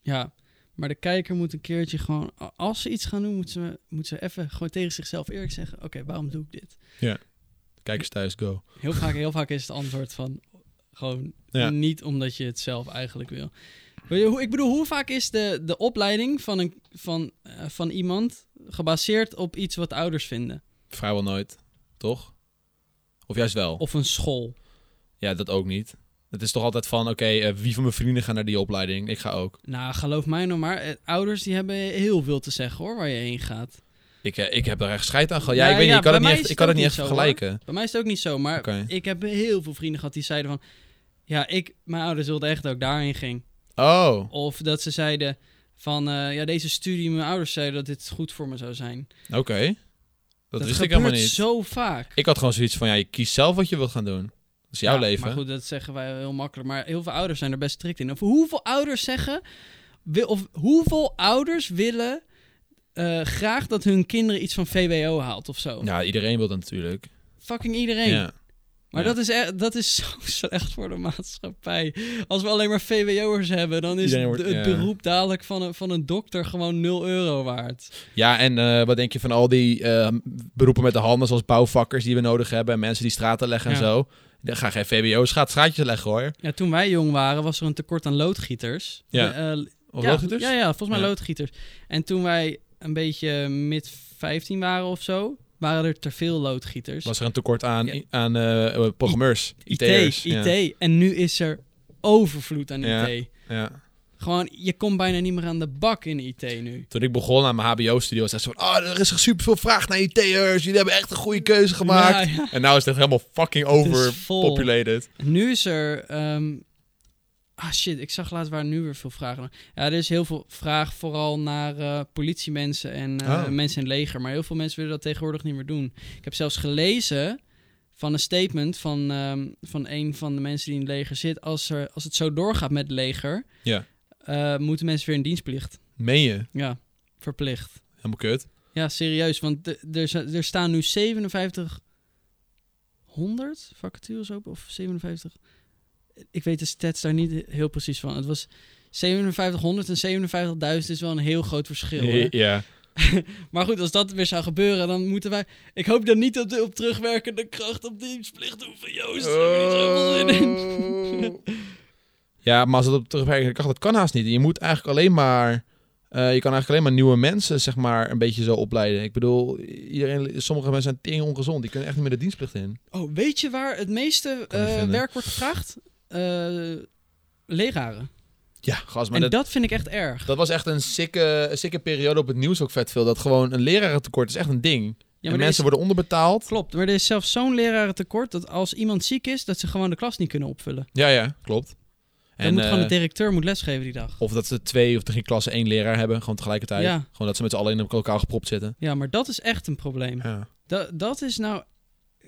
S2: ja. Maar de kijker moet een keertje gewoon, a- als ze iets gaan doen, moet ze, moet ze even gewoon tegen zichzelf eerlijk zeggen, oké, waarom doe ik dit?
S1: Kijkers thuis, go.
S2: Heel vaak, heel vaak is het antwoord van, gewoon
S1: Ja.
S2: Niet omdat je het zelf eigenlijk wil. Weet je, hoe- Ik bedoel, hoe vaak is de, de opleiding van, een, van, eh, van iemand gebaseerd op iets wat ouders vinden?
S1: Vrijwel nooit, toch? Of juist wel?
S2: Of een school?
S1: Ja, dat ook niet. Het is toch altijd van, oké, eh, wie van mijn vrienden gaat naar die opleiding? Ik ga ook.
S2: Nou, geloof mij nou maar, eh, ouders die hebben heel veel te zeggen hoor, waar je heen gaat.
S1: Ik, eh, ik heb er echt scheid aan gehad. Ja,
S2: Ja,
S1: ik weet
S2: ja,
S1: niet, ik kan het
S2: bij
S1: niet
S2: mij
S1: echt,
S2: is
S1: ik
S2: het
S1: kan het
S2: ook
S1: niet echt
S2: niet zo, hoor.
S1: vergelijken.
S2: Bij mij is het ook niet zo, maar
S1: Oké.
S2: ik heb heel veel vrienden gehad die zeiden van... Ja, ik, mijn ouders wilden echt dat ik daarheen ging.
S1: Oh,
S2: Of dat ze zeiden van, eh, ja, deze studie, mijn ouders zeiden dat dit goed voor me zou zijn.
S1: oké. Dat, wist ik
S2: gebeurt
S1: helemaal niet.
S2: zo vaak.
S1: Ik had gewoon zoiets van, ja, je kiest zelf wat je wilt gaan doen. Dat is jouw
S2: Ja,
S1: leven.
S2: Maar goed, dat zeggen wij heel makkelijk. Maar heel veel ouders zijn er best strikt in. Of hoeveel ouders zeggen. wi- Of hoeveel ouders willen eh, graag dat hun kinderen iets van VWO haalt of zo?
S1: Ja, iedereen wil dat natuurlijk.
S2: Fucking iedereen.
S1: Ja.
S2: Maar
S1: ja.
S2: dat, is e- dat is zo slecht voor de maatschappij. Als we alleen maar VWO'ers hebben, dan is
S1: Iedereen wordt-
S2: de- het
S1: ja.
S2: beroep dadelijk van een, van een dokter gewoon 0 euro waard.
S1: ja, en eh, wat denk je van al die eh, beroepen met de handen, zoals bouwvakkers die we nodig hebben en mensen die straten leggen en
S2: Ja.
S1: zo. Dan ga geen VBO's, gaat straatjes leggen hoor.
S2: Ja, toen wij jong waren, was er een tekort aan loodgieters.
S1: Ja.
S2: Eh,
S1: Of
S2: ja,
S1: dat het dus?
S2: Ja, ja, volgens mij
S1: Ja.
S2: loodgieters. En toen wij een beetje mid 15 waren of zo, waren er te veel loodgieters.
S1: Was er een tekort aan,
S2: Ja.
S1: aan eh, programmeurs,
S2: IT, IT.
S1: IT'ers. Ja.
S2: En nu is er overvloed aan
S1: Ja.
S2: IT.
S1: Ja.
S2: Gewoon, je komt bijna niet meer aan de bak in IT nu.
S1: Toen ik begon aan mijn HBO-studio, zei ze van... Oh, er is echt superveel vraag naar IT'ers. Jullie hebben echt een goede keuze gemaakt.
S2: Ja, ja.
S1: En nou is het echt helemaal fucking
S2: vol.
S1: overpopulated.
S2: En Nu is er... ehm, ah shit, ik zag laatst waar nu weer veel vragen naar. Ja, er is heel veel vraag vooral naar eh, politiemensen en eh,
S1: Oh.
S2: mensen in het leger. Maar heel veel mensen willen dat tegenwoordig niet meer doen. Ik heb zelfs gelezen van een statement van, ehm, van een van de mensen die in het leger zit. Als, er, als het zo doorgaat met het leger,
S1: Ja.
S2: eh, moeten mensen weer in dienstplicht.
S1: Meen je?
S2: Ja, verplicht.
S1: Helemaal kut.
S2: Ja, serieus, want de- er, zi- er staan nu 5700 vacatures open, of 57... Ik weet de stats daar niet heel precies van. Het was 5700 en 57.000 is wel een heel groot verschil. hè?
S1: Ja.
S2: Maar goed, als dat weer zou gebeuren, dan moeten wij... Ik hoop dan niet op, de, op terugwerkende kracht op dienstplicht hoeven, Joost. Daar heb ik niet zoveel zin in.
S1: ja, maar als het op terugwerkende kracht, dat kan haast niet. Je moet eigenlijk alleen maar... eh, je kan eigenlijk alleen maar nieuwe mensen, zeg maar, een beetje zo opleiden. Ik bedoel, iedereen, sommige mensen zijn tering ongezond. Die kunnen echt niet meer de dienstplicht in.
S2: Oh, weet je waar het meeste
S1: Kan niet
S2: eh,
S1: vinden.
S2: werk wordt gevraagd? Eh, leraren.
S1: Ja, gast, maar
S2: En
S1: dat,
S2: dat vind ik echt erg.
S1: dat was echt een sikke, een sikke periode op het nieuws ook vet veel. Dat gewoon een lerarentekort is echt een ding.
S2: Ja,
S1: en
S2: maar er
S1: mensen
S2: is-
S1: worden onderbetaald.
S2: Klopt, maar er is zelfs zo'n lerarentekort dat als iemand ziek is, dat ze gewoon de klas niet kunnen opvullen.
S1: Ja, ja, klopt.
S2: Dan
S1: En,
S2: moet gewoon
S1: eh,
S2: de directeur moet lesgeven die dag.
S1: Of dat ze twee of drie klassen één leraar hebben, gewoon tegelijkertijd.
S2: Ja.
S1: Gewoon dat ze met z'n allen in elkaar gepropt zitten.
S2: Ja, maar dat is echt een probleem.
S1: Ja.
S2: Da- dat is nou...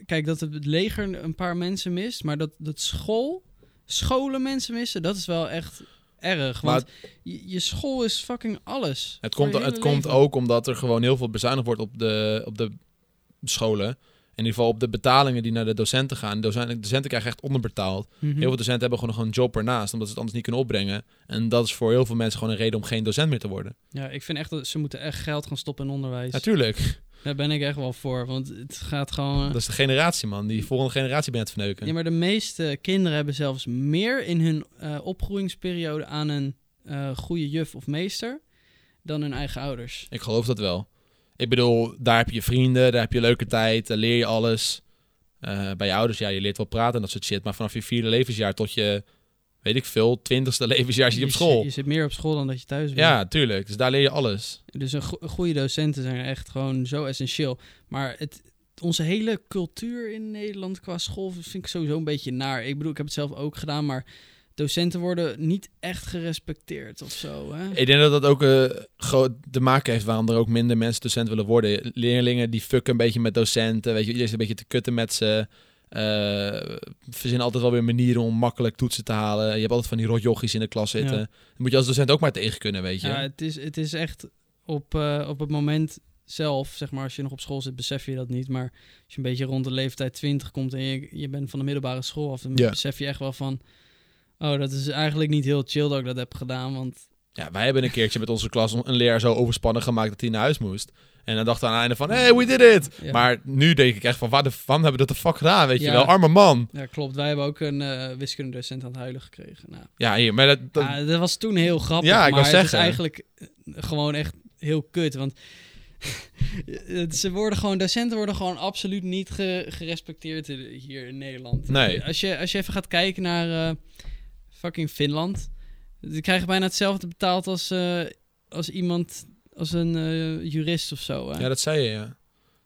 S2: Kijk, dat het leger een paar mensen mist, maar dat, dat school, scholen mensen missen, dat is wel echt erg.
S1: Maar
S2: Want je, je school is fucking alles.
S1: Het,
S2: Voor
S1: komt,
S2: je hele
S1: het komt
S2: leven.
S1: ook omdat er gewoon heel veel bezuinigd wordt op de, op de scholen. In ieder geval op de betalingen die naar de docenten gaan. De docenten, docenten krijgen echt onderbetaald.
S2: Mhm.
S1: Heel veel docenten hebben gewoon nog een job ernaast, omdat ze het anders niet kunnen opbrengen. En dat is voor heel veel mensen gewoon een reden om geen docent meer te worden.
S2: Ja, ik vind echt dat ze moeten echt geld gaan stoppen in onderwijs.
S1: Natuurlijk.
S2: Daar ben ik echt wel voor, want het gaat gewoon...
S1: Dat is de generatie, man. Die volgende generatie bent het verneuken.
S2: Ja, maar de meeste kinderen hebben zelfs meer in hun eh, opgroeingsperiode aan een eh, goede juf of meester dan hun eigen ouders.
S1: Ik geloof dat wel. Ik bedoel, daar heb je vrienden, daar heb je leuke tijd, daar leer je alles. Eh, bij je ouders, ja, je leert wel praten en dat soort shit. Maar vanaf je vierde levensjaar tot je, weet ik veel, twintigste levensjaar zit je op
S2: zit-
S1: school.
S2: Dus Je zit meer op school dan dat je thuis bent.
S1: Ja, tuurlijk. Dus daar leer je alles.
S2: Dus een go- goede docenten zijn echt gewoon zo essentieel. Maar het, onze hele cultuur in Nederland qua school vind ik sowieso een beetje naar. Ik bedoel, ik heb het zelf ook gedaan, maar docenten worden niet echt gerespecteerd of zo. Hè?
S1: Ik denk dat dat ook eh, groot te maken heeft waarom er ook minder mensen docent willen worden. Leerlingen die fucken een beetje met docenten. Weet je, iedereen is een beetje te kutten met ze. Eh, verzinnen altijd wel weer manieren om makkelijk toetsen te halen. Je hebt altijd van die rotjochies in de klas zitten.
S2: Ja.
S1: Dan moet je als docent ook maar tegen kunnen, weet je.
S2: Ja, het is, het is echt op, eh, op het moment zelf, zeg maar, als je nog op school zit, besef je dat niet. Maar als je een beetje rond de leeftijd 20 komt en je, je bent van de middelbare school af, dan
S1: Ja.
S2: besef je echt wel van, oh, dat is eigenlijk niet heel chill dat ik dat heb gedaan, want
S1: Ja, wij hebben een keertje met onze klas een leraar zo overspannen gemaakt dat hij naar huis moest. En dan dacht hij aan het einde van, hey, we did it!
S2: ja,
S1: Maar nu denk ik echt van, waar de van hebben we dat de fuck gedaan, weet je
S2: Ja.
S1: wel? Arme man!
S2: ja, klopt. Wij hebben ook een eh, wiskundedocent aan het huilen gekregen. Nou,
S1: Ja, hier, maar dat... dat-
S2: ja, dat was toen heel grappig,
S1: Ja, ik
S2: maar
S1: wou
S2: het is
S1: zeggen.
S2: eigenlijk eh, gewoon echt heel kut, want... Ze worden gewoon, docenten worden gewoon absoluut niet ge- gerespecteerd hier in Nederland.
S1: Nee.
S2: Als je, als je even gaat kijken naar eh, fucking Finland. Die krijgen bijna hetzelfde betaald als, eh, als iemand, als een eh, jurist of zo. Hè?
S1: Ja, dat zei je, ja.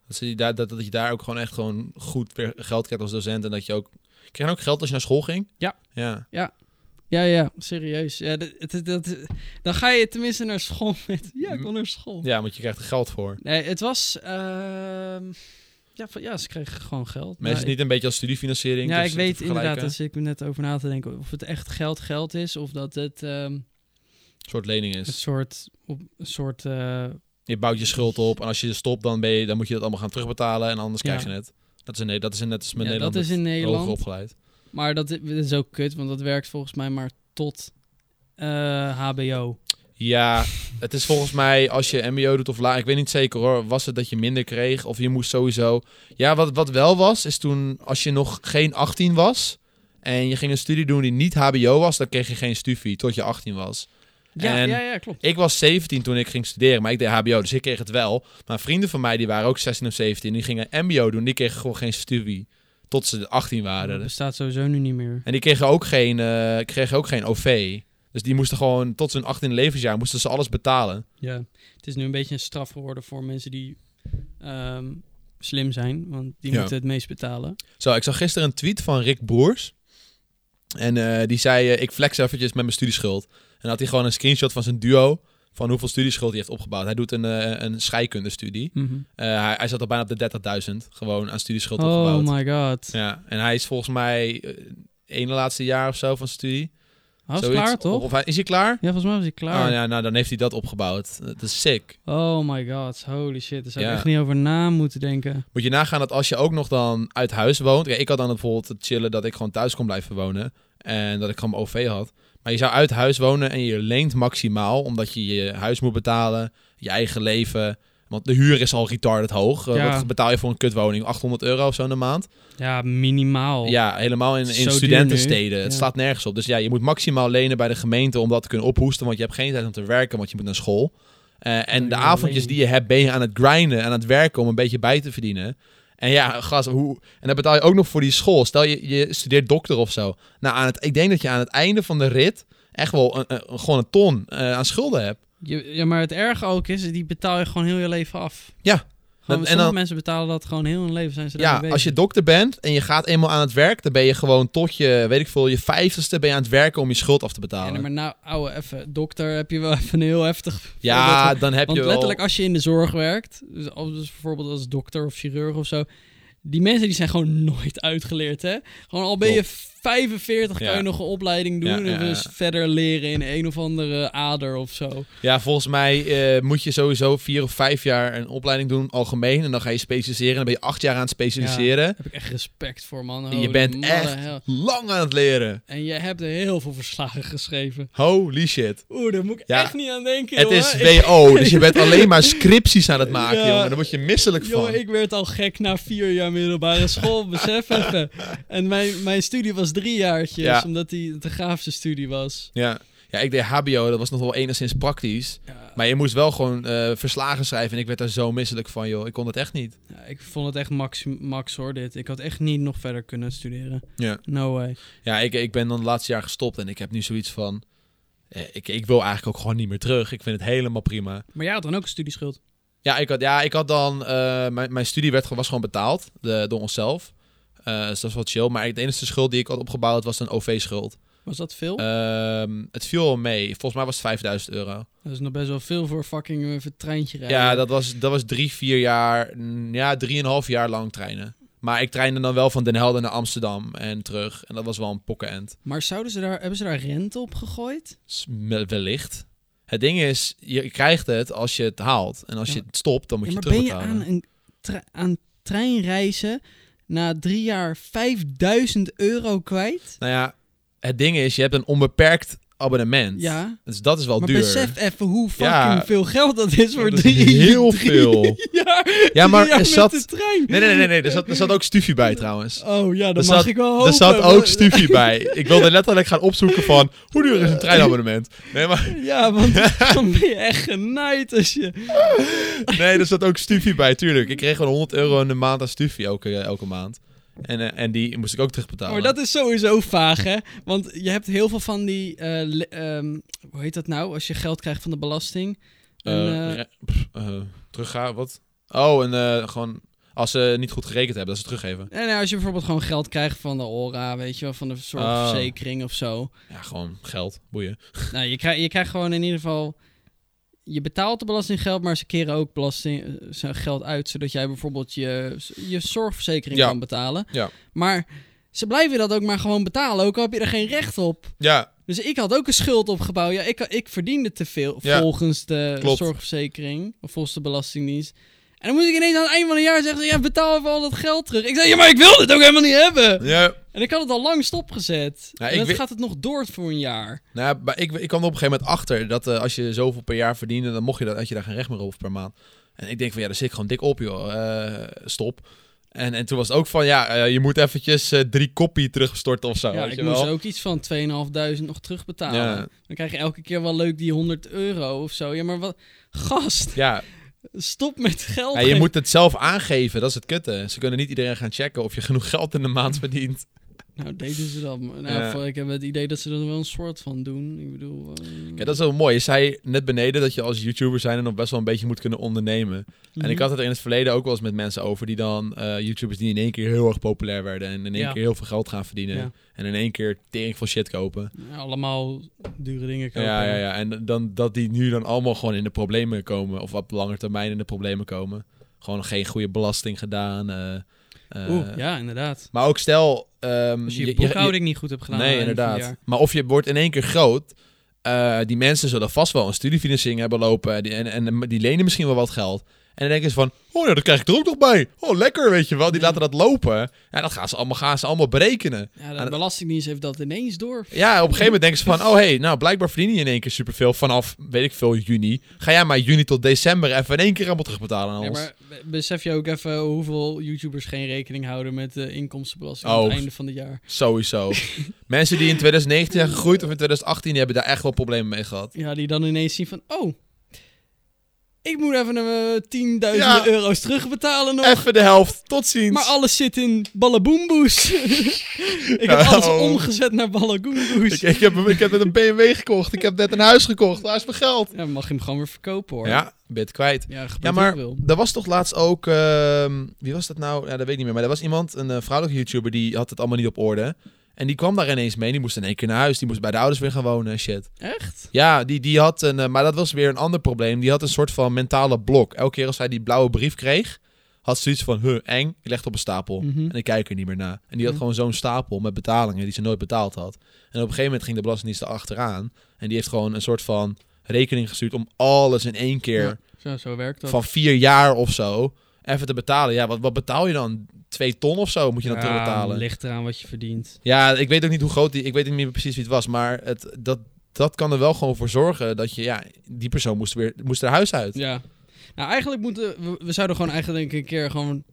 S1: Dat, ze die daar, dat, dat je daar ook gewoon echt gewoon goed weer geld krijgt als docent. En dat je ook... Kreeg je ook geld als je naar school ging?
S2: Ja.
S1: Ja.
S2: ja, ja, serieus. Ja, dat, dat, dat- dan ga je tenminste naar school met... Ja, ik wil naar school.
S1: Ja, want je krijgt er geld voor.
S2: Nee, het was... ehm, ja, van- ja, ze kregen gewoon geld.
S1: Mensen
S2: Maar
S1: het niet een beetje als studiefinanciering
S2: Ja,
S1: te-
S2: ik
S1: te
S2: weet
S1: vergelijken?
S2: inderdaad, daar zit ik net over na te denken. Of het echt geld geld is, of dat het ehm,
S1: Een soort lening
S2: een
S1: is.
S2: soort... Op, een soort eh,
S1: Je bouwt je schuld op. En als je stopt, dan, ben je, dan moet je dat allemaal gaan terugbetalen. En anders
S2: Ja.
S1: krijg je het. Dat is, in, Ne- dat is in, net als met
S2: Ja, dat
S1: Nederland.
S2: is in
S1: met
S2: Nederland.
S1: Hoger opgeleid.
S2: Maar dat, i- dat is ook kut, want dat werkt volgens mij maar tot eh, HBO.
S1: Ja, het is volgens mij als je MBO doet of laag, ik weet niet zeker hoor, was het dat je minder kreeg of je moest sowieso. Ja, wat, wat wel was, is toen als je nog geen 18 was en je ging een studie doen die niet HBO was, dan kreeg je geen studie tot je 18 was.
S2: Ja,
S1: En-
S2: ja, ja, klopt.
S1: Ik was 17 toen ik ging studeren, maar ik deed HBO, dus ik kreeg het wel. Maar vrienden van mij die waren ook 16 of 17, die gingen MBO doen, die kregen gewoon geen studie tot ze 18 waren.
S2: dat bestaat sowieso nu niet meer.
S1: En die kregen ook geen, eh, kregen ook geen OV. Dus die moesten gewoon tot hun 18e levensjaar moesten ze alles betalen.
S2: Ja. Het is nu een beetje een straf geworden voor mensen die ehm, slim zijn, want die
S1: Ja.
S2: moeten het meest betalen.
S1: Zo, ik zag gisteren een tweet van Rick Broers. En eh, die zei, eh, ik flex eventjes met mijn studieschuld. En had hij gewoon een screenshot van zijn duo... van hoeveel studieschuld hij heeft opgebouwd. Hij doet een, eh, een scheikundestudie. Eh, hij, hij zat al bijna op de 30.000 gewoon aan studieschuld opgebouwd.
S2: Oh my god.
S1: Ja, en hij is volgens mij eh, ene laatste jaar of zo van zijn studie.
S2: Hij was
S1: Zoiets.
S2: klaar, toch?
S1: Of, hij- is hij klaar?
S2: Ja, volgens mij was hij klaar.
S1: Oh, ja, nou, dan heeft hij dat opgebouwd. Dat is sick.
S2: Oh my god, holy shit. Daar zou
S1: Ja.
S2: ik echt niet over na moeten denken.
S1: Moet je nagaan dat als je ook nog dan uit huis woont. Kijk, ik had dan bijvoorbeeld het chillen dat ik gewoon thuis kon blijven wonen. En dat ik gewoon mijn OV had. Maar je zou uit huis wonen en je leent maximaal. Omdat je je huis moet betalen. Je eigen leven. Want de huur is al retarded hoog. Eh,
S2: Ja.
S1: Wat betaal je voor een kutwoning? 800 euro of zo in de maand.
S2: Ja, minimaal.
S1: Ja, helemaal in,
S2: Zo
S1: in
S2: duur
S1: studentensteden.
S2: nu.
S1: Het
S2: Ja.
S1: staat nergens op. Dus ja, je moet maximaal lenen bij de gemeente om dat te kunnen ophoesten. Want je hebt geen tijd om te werken, want je moet naar school. Eh, en
S2: Ja,
S1: de
S2: je
S1: avondjes
S2: lening.
S1: die je hebt, ben je aan het grinden, aan het werken om een beetje bij te verdienen. En ja, gast, hoe... En dan betaal je ook nog voor die school. Stel, je, je studeert dokter of zo. Nou, aan het, ik denk dat je aan het einde van de rit echt wel een, een- gewoon een ton eh, aan schulden heb.
S2: Je, ja, maar het erg ook is, die betaal je gewoon heel je leven af.
S1: Ja.
S2: Gewoon,
S1: en
S2: sommige
S1: dan-
S2: mensen betalen dat gewoon heel hun leven. Zijn ze daarmee
S1: Ja,
S2: bezig.
S1: als je dokter bent en je gaat eenmaal aan het werk, dan ben je gewoon tot je, weet ik veel, je vijftigste ben je aan het werken om je schuld af te
S2: Ja,
S1: betalen.
S2: nee,
S1: Ja,
S2: maar nou, ouwe, even, dokter heb je wel even een heel heftig... voorbeeld.
S1: dan heb
S2: Want
S1: je wel...
S2: letterlijk als je in de zorg werkt, dus als, dus bijvoorbeeld als dokter of chirurg of zo, die mensen die zijn gewoon nooit uitgeleerd, hè? Gewoon al ben je 45, kan
S1: Ja.
S2: je nog een opleiding doen
S1: Ja,
S2: en
S1: ja, ja.
S2: dus verder leren in een of andere ader of zo.
S1: Ja, volgens mij eh, moet je sowieso vier of vijf jaar een opleiding doen, algemeen. En dan ga je specialiseren. Dan ben je acht jaar aan het specialiseren.
S2: Daar heb ik echt respect voor, man.
S1: En je
S2: Holy
S1: bent
S2: malle
S1: echt
S2: hel.
S1: lang aan het leren.
S2: En je hebt er heel veel verslagen geschreven.
S1: Holy shit.
S2: Oeh, daar moet ik
S1: Ja.
S2: echt niet aan denken,
S1: Het
S2: jongen.
S1: is
S2: Ik-
S1: WO, dus je bent alleen maar scripties aan het maken,
S2: Ja.
S1: jongen. Daar word je misselijk van.
S2: Jongen, ik werd al gek na vier jaar middelbare school, besef even. En mijn, mijn studie was drie jaartjes,
S1: Ja.
S2: omdat die de gaafste studie was.
S1: Ja. ja, ik deed HBO, dat was nog wel enigszins praktisch.
S2: Ja,
S1: Maar je moest wel gewoon eh, verslagen schrijven. En ik werd daar zo misselijk van, joh. Ik kon dat echt niet.
S2: ja, ik vond het echt max, max hoor, dit. Ik had echt niet nog verder kunnen studeren.
S1: Ja.
S2: No way.
S1: Ja, ik, ik ben dan het laatste jaar gestopt. En ik heb nu zoiets van... eh, ik, ik wil eigenlijk ook gewoon niet meer terug. Ik vind het helemaal prima.
S2: Maar jij had dan ook een studieschuld.
S1: Ja, ik had, ja, ik had dan... eh, mijn, mijn studie werd, gewoon- was gewoon betaald de, door onszelf. Eh, dus dat is wel chill. Maar de enige schuld die ik had opgebouwd was een OV-schuld.
S2: Was dat veel?
S1: Ehm, het viel wel mee. Volgens mij was het 5000 euro.
S2: dat is nog best wel veel voor fucking even een treintje rijden.
S1: Ja, dat was, dat was drie, vier jaar... mm, Ja, drieënhalf jaar lang treinen. Maar ik treinde dan wel van Den Helder naar Amsterdam en terug. En dat was wel een pokkenend.
S2: Maar zouden ze daar, hebben ze daar rente op gegooid?
S1: S- me- Wellicht. Het ding is, je krijgt het als je het haalt. En als
S2: Ja,
S1: je het stopt, dan moet
S2: Ja,
S1: je
S2: maar
S1: het
S2: ben je
S1: terugbetalen.
S2: aan, een tre- aan treinreizen na drie jaar 5000 euro kwijt?
S1: Nou ja, het ding is, je hebt een onbeperkt abonnement.
S2: Ja.
S1: Dus dat is wel
S2: maar
S1: duur.
S2: besef even hoe fucking
S1: Ja.
S2: veel geld dat is voor
S1: Dat is
S2: drie
S1: heel
S2: drie
S1: veel.
S2: jaar.
S1: Ja, maar
S2: drie jaar
S1: er
S2: met
S1: zat-
S2: de trein.
S1: Nee, nee, nee, nee. Er zat, er zat ook stufie bij trouwens.
S2: Oh ja,
S1: Er
S2: dat mag
S1: zat-
S2: ik wel hopen.
S1: Er zat ook
S2: maar-
S1: stufie bij. Ik wilde letterlijk gaan opzoeken van hoe duur is een treinabonnement. Nee, maar
S2: Ja, want dan ben je echt genaaid als je...
S1: nee, er zat ook stufie bij, tuurlijk. Ik kreeg gewoon 100 euro in de maand aan stufie elke, elke maand. En, eh, en die moest ik ook terugbetalen.
S2: Maar Oh, dat is sowieso vaag, hè? Want je hebt heel veel van die... eh, le- ehm, hoe heet dat nou? Als je geld krijgt van de belasting.
S1: Eh,
S2: Een, eh,
S1: re- pff, eh, teruggaan, wat? Oh, en eh, gewoon als ze niet goed gerekend hebben, dat ze teruggeven.
S2: En nou, als je bijvoorbeeld gewoon geld krijgt van de ORA, weet je wel, van de zorgverzekering of zo.
S1: Ja, gewoon geld, boeien.
S2: nou, je, krijg, je krijgt gewoon in ieder geval... Je betaalt de belastinggeld, maar ze keren ook belasting, eh, z- geld uit... zodat jij bijvoorbeeld je, je zorgverzekering
S1: Ja.
S2: kan betalen.
S1: Ja.
S2: Maar ze blijven dat ook maar gewoon betalen, ook al heb je er geen recht op.
S1: Ja,
S2: Dus ik had ook een schuld opgebouwd. Ja, ik, ik verdiende te veel
S1: Ja.
S2: volgens de
S1: Klopt.
S2: zorgverzekering, of volgens de belastingdienst. En dan moest ik ineens aan het eind van een jaar zeggen... ja, betaal even al dat geld terug. Ik zei, ja, maar ik wil dit ook helemaal niet hebben.
S1: ja.
S2: En ik had het al lang stopgezet.
S1: Ja,
S2: en
S1: ik
S2: dan
S1: weet-
S2: gaat het nog door voor een jaar.
S1: Nou, ja, maar ik, ik kwam er op een gegeven moment achter dat eh, als je zoveel per jaar verdiende, dan mocht je dat, had je daar geen recht meer op per maand. En ik denk van ja, daar zit ik gewoon dik op, joh. Eh, stop. En, en toen was het ook van ja, eh, je moet eventjes eh, drie koppie terugstorten of zo.
S2: Ja,
S1: weet
S2: ik
S1: je
S2: moest
S1: wel.
S2: ook iets van 2.500 nog terugbetalen.
S1: Ja.
S2: Dan krijg je elke keer wel leuk die 100 euro of zo. Ja, maar wat... Gast,
S1: Ja,
S2: stop met geld.
S1: ja, je
S2: geven.
S1: moet het zelf aangeven, dat is het kutte. Ze kunnen niet iedereen gaan checken of je genoeg geld in de maand verdient.
S2: Nou, deden ze dat. maar- Nou,
S1: Ja.
S2: voor- ik heb het idee dat ze er wel een soort van doen. Ik bedoel... eh,
S1: Kijk, dat is wel mooi. Je zei net beneden dat je als YouTuber zijn en nog best wel een beetje moet kunnen ondernemen. En ik
S2: mhm.
S1: had het er in het verleden ook wel eens met mensen over die dan eh, YouTubers die in één keer heel erg populair werden en in één
S2: Ja.
S1: keer heel veel geld gaan verdienen.
S2: Ja.
S1: En in één keer tering veel shit kopen.
S2: Ja, allemaal dure dingen kopen.
S1: Ja, ja, ja. En dan, dat die nu dan allemaal gewoon in de problemen komen. Of op lange termijn in de problemen komen. Gewoon geen goede belasting gedaan. eh, eh,
S2: Oeh, ja, inderdaad.
S1: Maar ook stel... ehm,
S2: Als je
S1: je-
S2: je
S1: je- je-
S2: boekhouding niet goed hebt gedaan. aan
S1: nee,
S2: het einde van het
S1: inderdaad. Maar of je wordt in één keer groot... eh, die mensen zullen vast wel een studiefinanciering hebben lopen. Die, en, en die lenen misschien wel wat geld. En dan denken ze van... Oh, nou, dat krijg ik er ook nog bij. Oh, lekker, weet je wel. Die
S2: Ja.
S1: laten dat lopen. Ja, dat gaan ze allemaal, gaan ze allemaal berekenen.
S2: jaar. Ja,
S1: Aan
S2: de
S1: het-
S2: Belastingdienst heeft dat ineens door.
S1: Ja, op een gegeven moment denken ze van... oh, hey, nou, blijkbaar verdien je in één keer superveel vanaf, weet ik veel, juni. Ga jij maar juni tot december even in één keer allemaal terugbetalen aan
S2: Ja,
S1: ons.
S2: maar be- besef je ook even hoeveel YouTubers geen rekening houden met de inkomstenbelasting aan
S1: Oh.
S2: het einde van het jaar?
S1: Sowieso. Mensen die in 2019 zijn gegroeid of in 2018... die hebben daar echt wel problemen mee gehad.
S2: Ja, die dan ineens zien van, oh, Ik moet even een 10.000
S1: Ja.
S2: euro's terugbetalen nog.
S1: Even de helft. Tot ziens.
S2: Maar alles zit in ballaboomboes. ik heb alles
S1: Oh.
S2: omgezet naar ballaboomboes.
S1: ik, ik, heb, hem- ik heb net een BMW gekocht. Ik heb net een huis gekocht. Waar is mijn geld?
S2: Ja, mag je hem gewoon weer verkopen hoor.
S1: Ja, bit kwijt.
S2: ja, gebeurt
S1: Ja,
S2: heel
S1: maar
S2: veel.
S1: er was toch laatst ook... ehm, wie was dat nou? Ja, dat weet ik niet meer. Maar er was iemand, een eh, vrouwelijke YouTuber, die had het allemaal niet op orde. En die kwam daar ineens mee. Die moest in één keer naar huis. Die moest bij de ouders weer gaan wonen en shit.
S2: Echt?
S1: Ja, die, die had een... eh, maar dat was weer een ander probleem. Die had een soort van mentale blok. Elke keer als hij die blauwe brief kreeg, had ze iets van... Huh, eng. Die legt op een stapel.
S2: Mhm.
S1: En ik kijk er niet meer naar. En die had
S2: Ja.
S1: gewoon zo'n stapel met betalingen die ze nooit betaald had. En op een gegeven moment ging de Belastingdienst erachteraan. En die heeft gewoon een soort van rekening gestuurd om alles in één keer
S2: Ja, zo, zo werkt dat.
S1: van vier jaar of zo even te betalen. Ja, wat, wat betaal je dan? Twee ton of zo moet je dan
S2: Ja,
S1: terugbetalen.
S2: ligt eraan wat je verdient.
S1: Ja, ik weet ook niet hoe groot die... Ik weet ook niet meer precies wie het was. Maar het, dat, dat kan er wel gewoon voor zorgen dat je... Ja, die persoon moest, weer, moest er huis uit.
S2: Ja. Nou, eigenlijk moeten we, we zouden gewoon eigenlijk denk ik een keer gewoon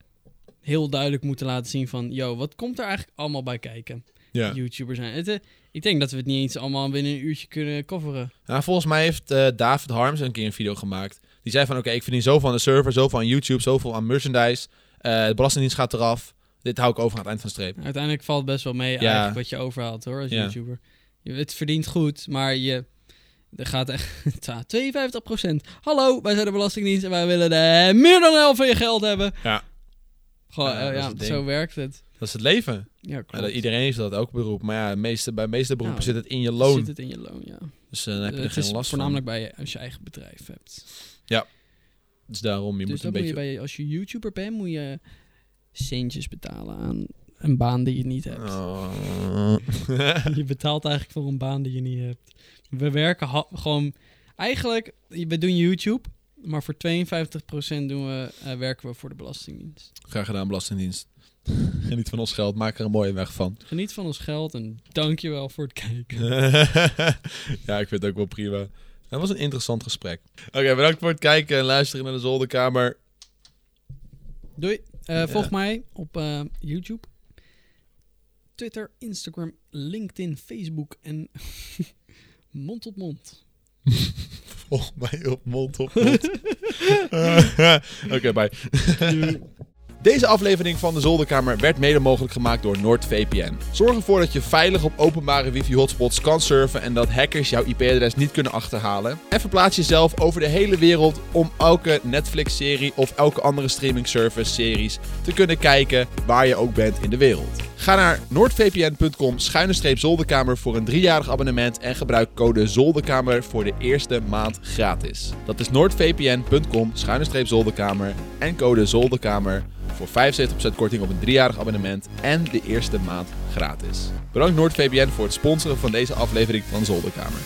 S2: heel duidelijk moeten laten zien van, yo, wat komt er eigenlijk allemaal bij kijken?
S1: Ja.
S2: YouTubers zijn. Het, eh, ik denk dat we het niet eens allemaal binnen een uurtje kunnen coveren.
S1: Nou, volgens mij heeft eh, David Harms een keer een video gemaakt. Die zei van, oké, ik verdien zoveel aan de server, zoveel aan YouTube, zoveel aan merchandise. Eh de belastingdienst gaat eraf. Dit hou ik over aan het eind van de streep.
S2: Uiteindelijk valt best wel mee eigenlijk wat je overhaalt hoor, als
S1: Ja.
S2: YouTuber. Je, het verdient goed, maar je er gaat echt tja, 52%. Hallo, wij zijn de Belastingdienst en wij willen de, meer dan de helft van je geld hebben.
S1: Ja.
S2: Gewoon,
S1: Ja,
S2: eh,
S1: dat is
S2: ja,
S1: het ding.
S2: zo werkt het.
S1: Dat is het leven.
S2: Ja,
S1: Ja,
S2: klopt.
S1: dat- iedereen heeft dat, elk beroep. Maar ja, de meeste, bij de meeste beroepen
S2: Nou,
S1: zit het in je
S2: Loon.
S1: loon.
S2: Zit het in je loon, ja.
S1: Dus eh, dan heb je
S2: Eh,
S1: er
S2: het is
S1: geen last van.
S2: voornamelijk bij je, als je eigen bedrijf hebt.
S1: Dus daarom, je
S2: dus
S1: moet een
S2: dat moet je
S1: beetje...
S2: bij, als je YouTuber bent, moet je centjes betalen aan een baan die je niet hebt.
S1: Ah. Oh.
S2: Je betaalt eigenlijk voor een baan die je niet hebt. We werken ha- gewoon... Eigenlijk, we doen YouTube, maar voor 52% doen we, eh, werken we voor de Belastingdienst.
S1: Graag gedaan, Belastingdienst. Geniet van ons geld, maak er een mooie weg van.
S2: Geniet van ons geld en dankjewel voor het kijken.
S1: ja, ik vind het ook wel prima. Dat was een interessant gesprek. Oké, bedankt voor het kijken en luisteren naar de zolderkamer.
S2: Doei. Eh,
S1: Ja.
S2: Volg mij op eh, YouTube, Twitter, Instagram, LinkedIn, Facebook en mond tot mond.
S1: Volg mij op mond op mond. Eh, Oké, bye. Deze aflevering van de Zolderkamer werd mede mogelijk gemaakt door NordVPN. Zorg ervoor dat je veilig op openbare wifi-hotspots kan surfen en dat hackers jouw IP-adres niet kunnen achterhalen. En verplaats jezelf over de hele wereld om elke Netflix-serie of elke andere streaming-service-series te kunnen kijken waar je ook bent in de wereld. Ga naar noordvpn.com-zolderkamer voor een driejarig abonnement en gebruik code ZOLDERKAMER voor de eerste maand gratis. Dat is noordvpn.com-zolderkamer en code ZOLDERKAMER voor 75% korting op een driejarig abonnement en de eerste maand gratis. Bedankt NoordVPN voor het sponsoren van deze aflevering van Zolderkamer.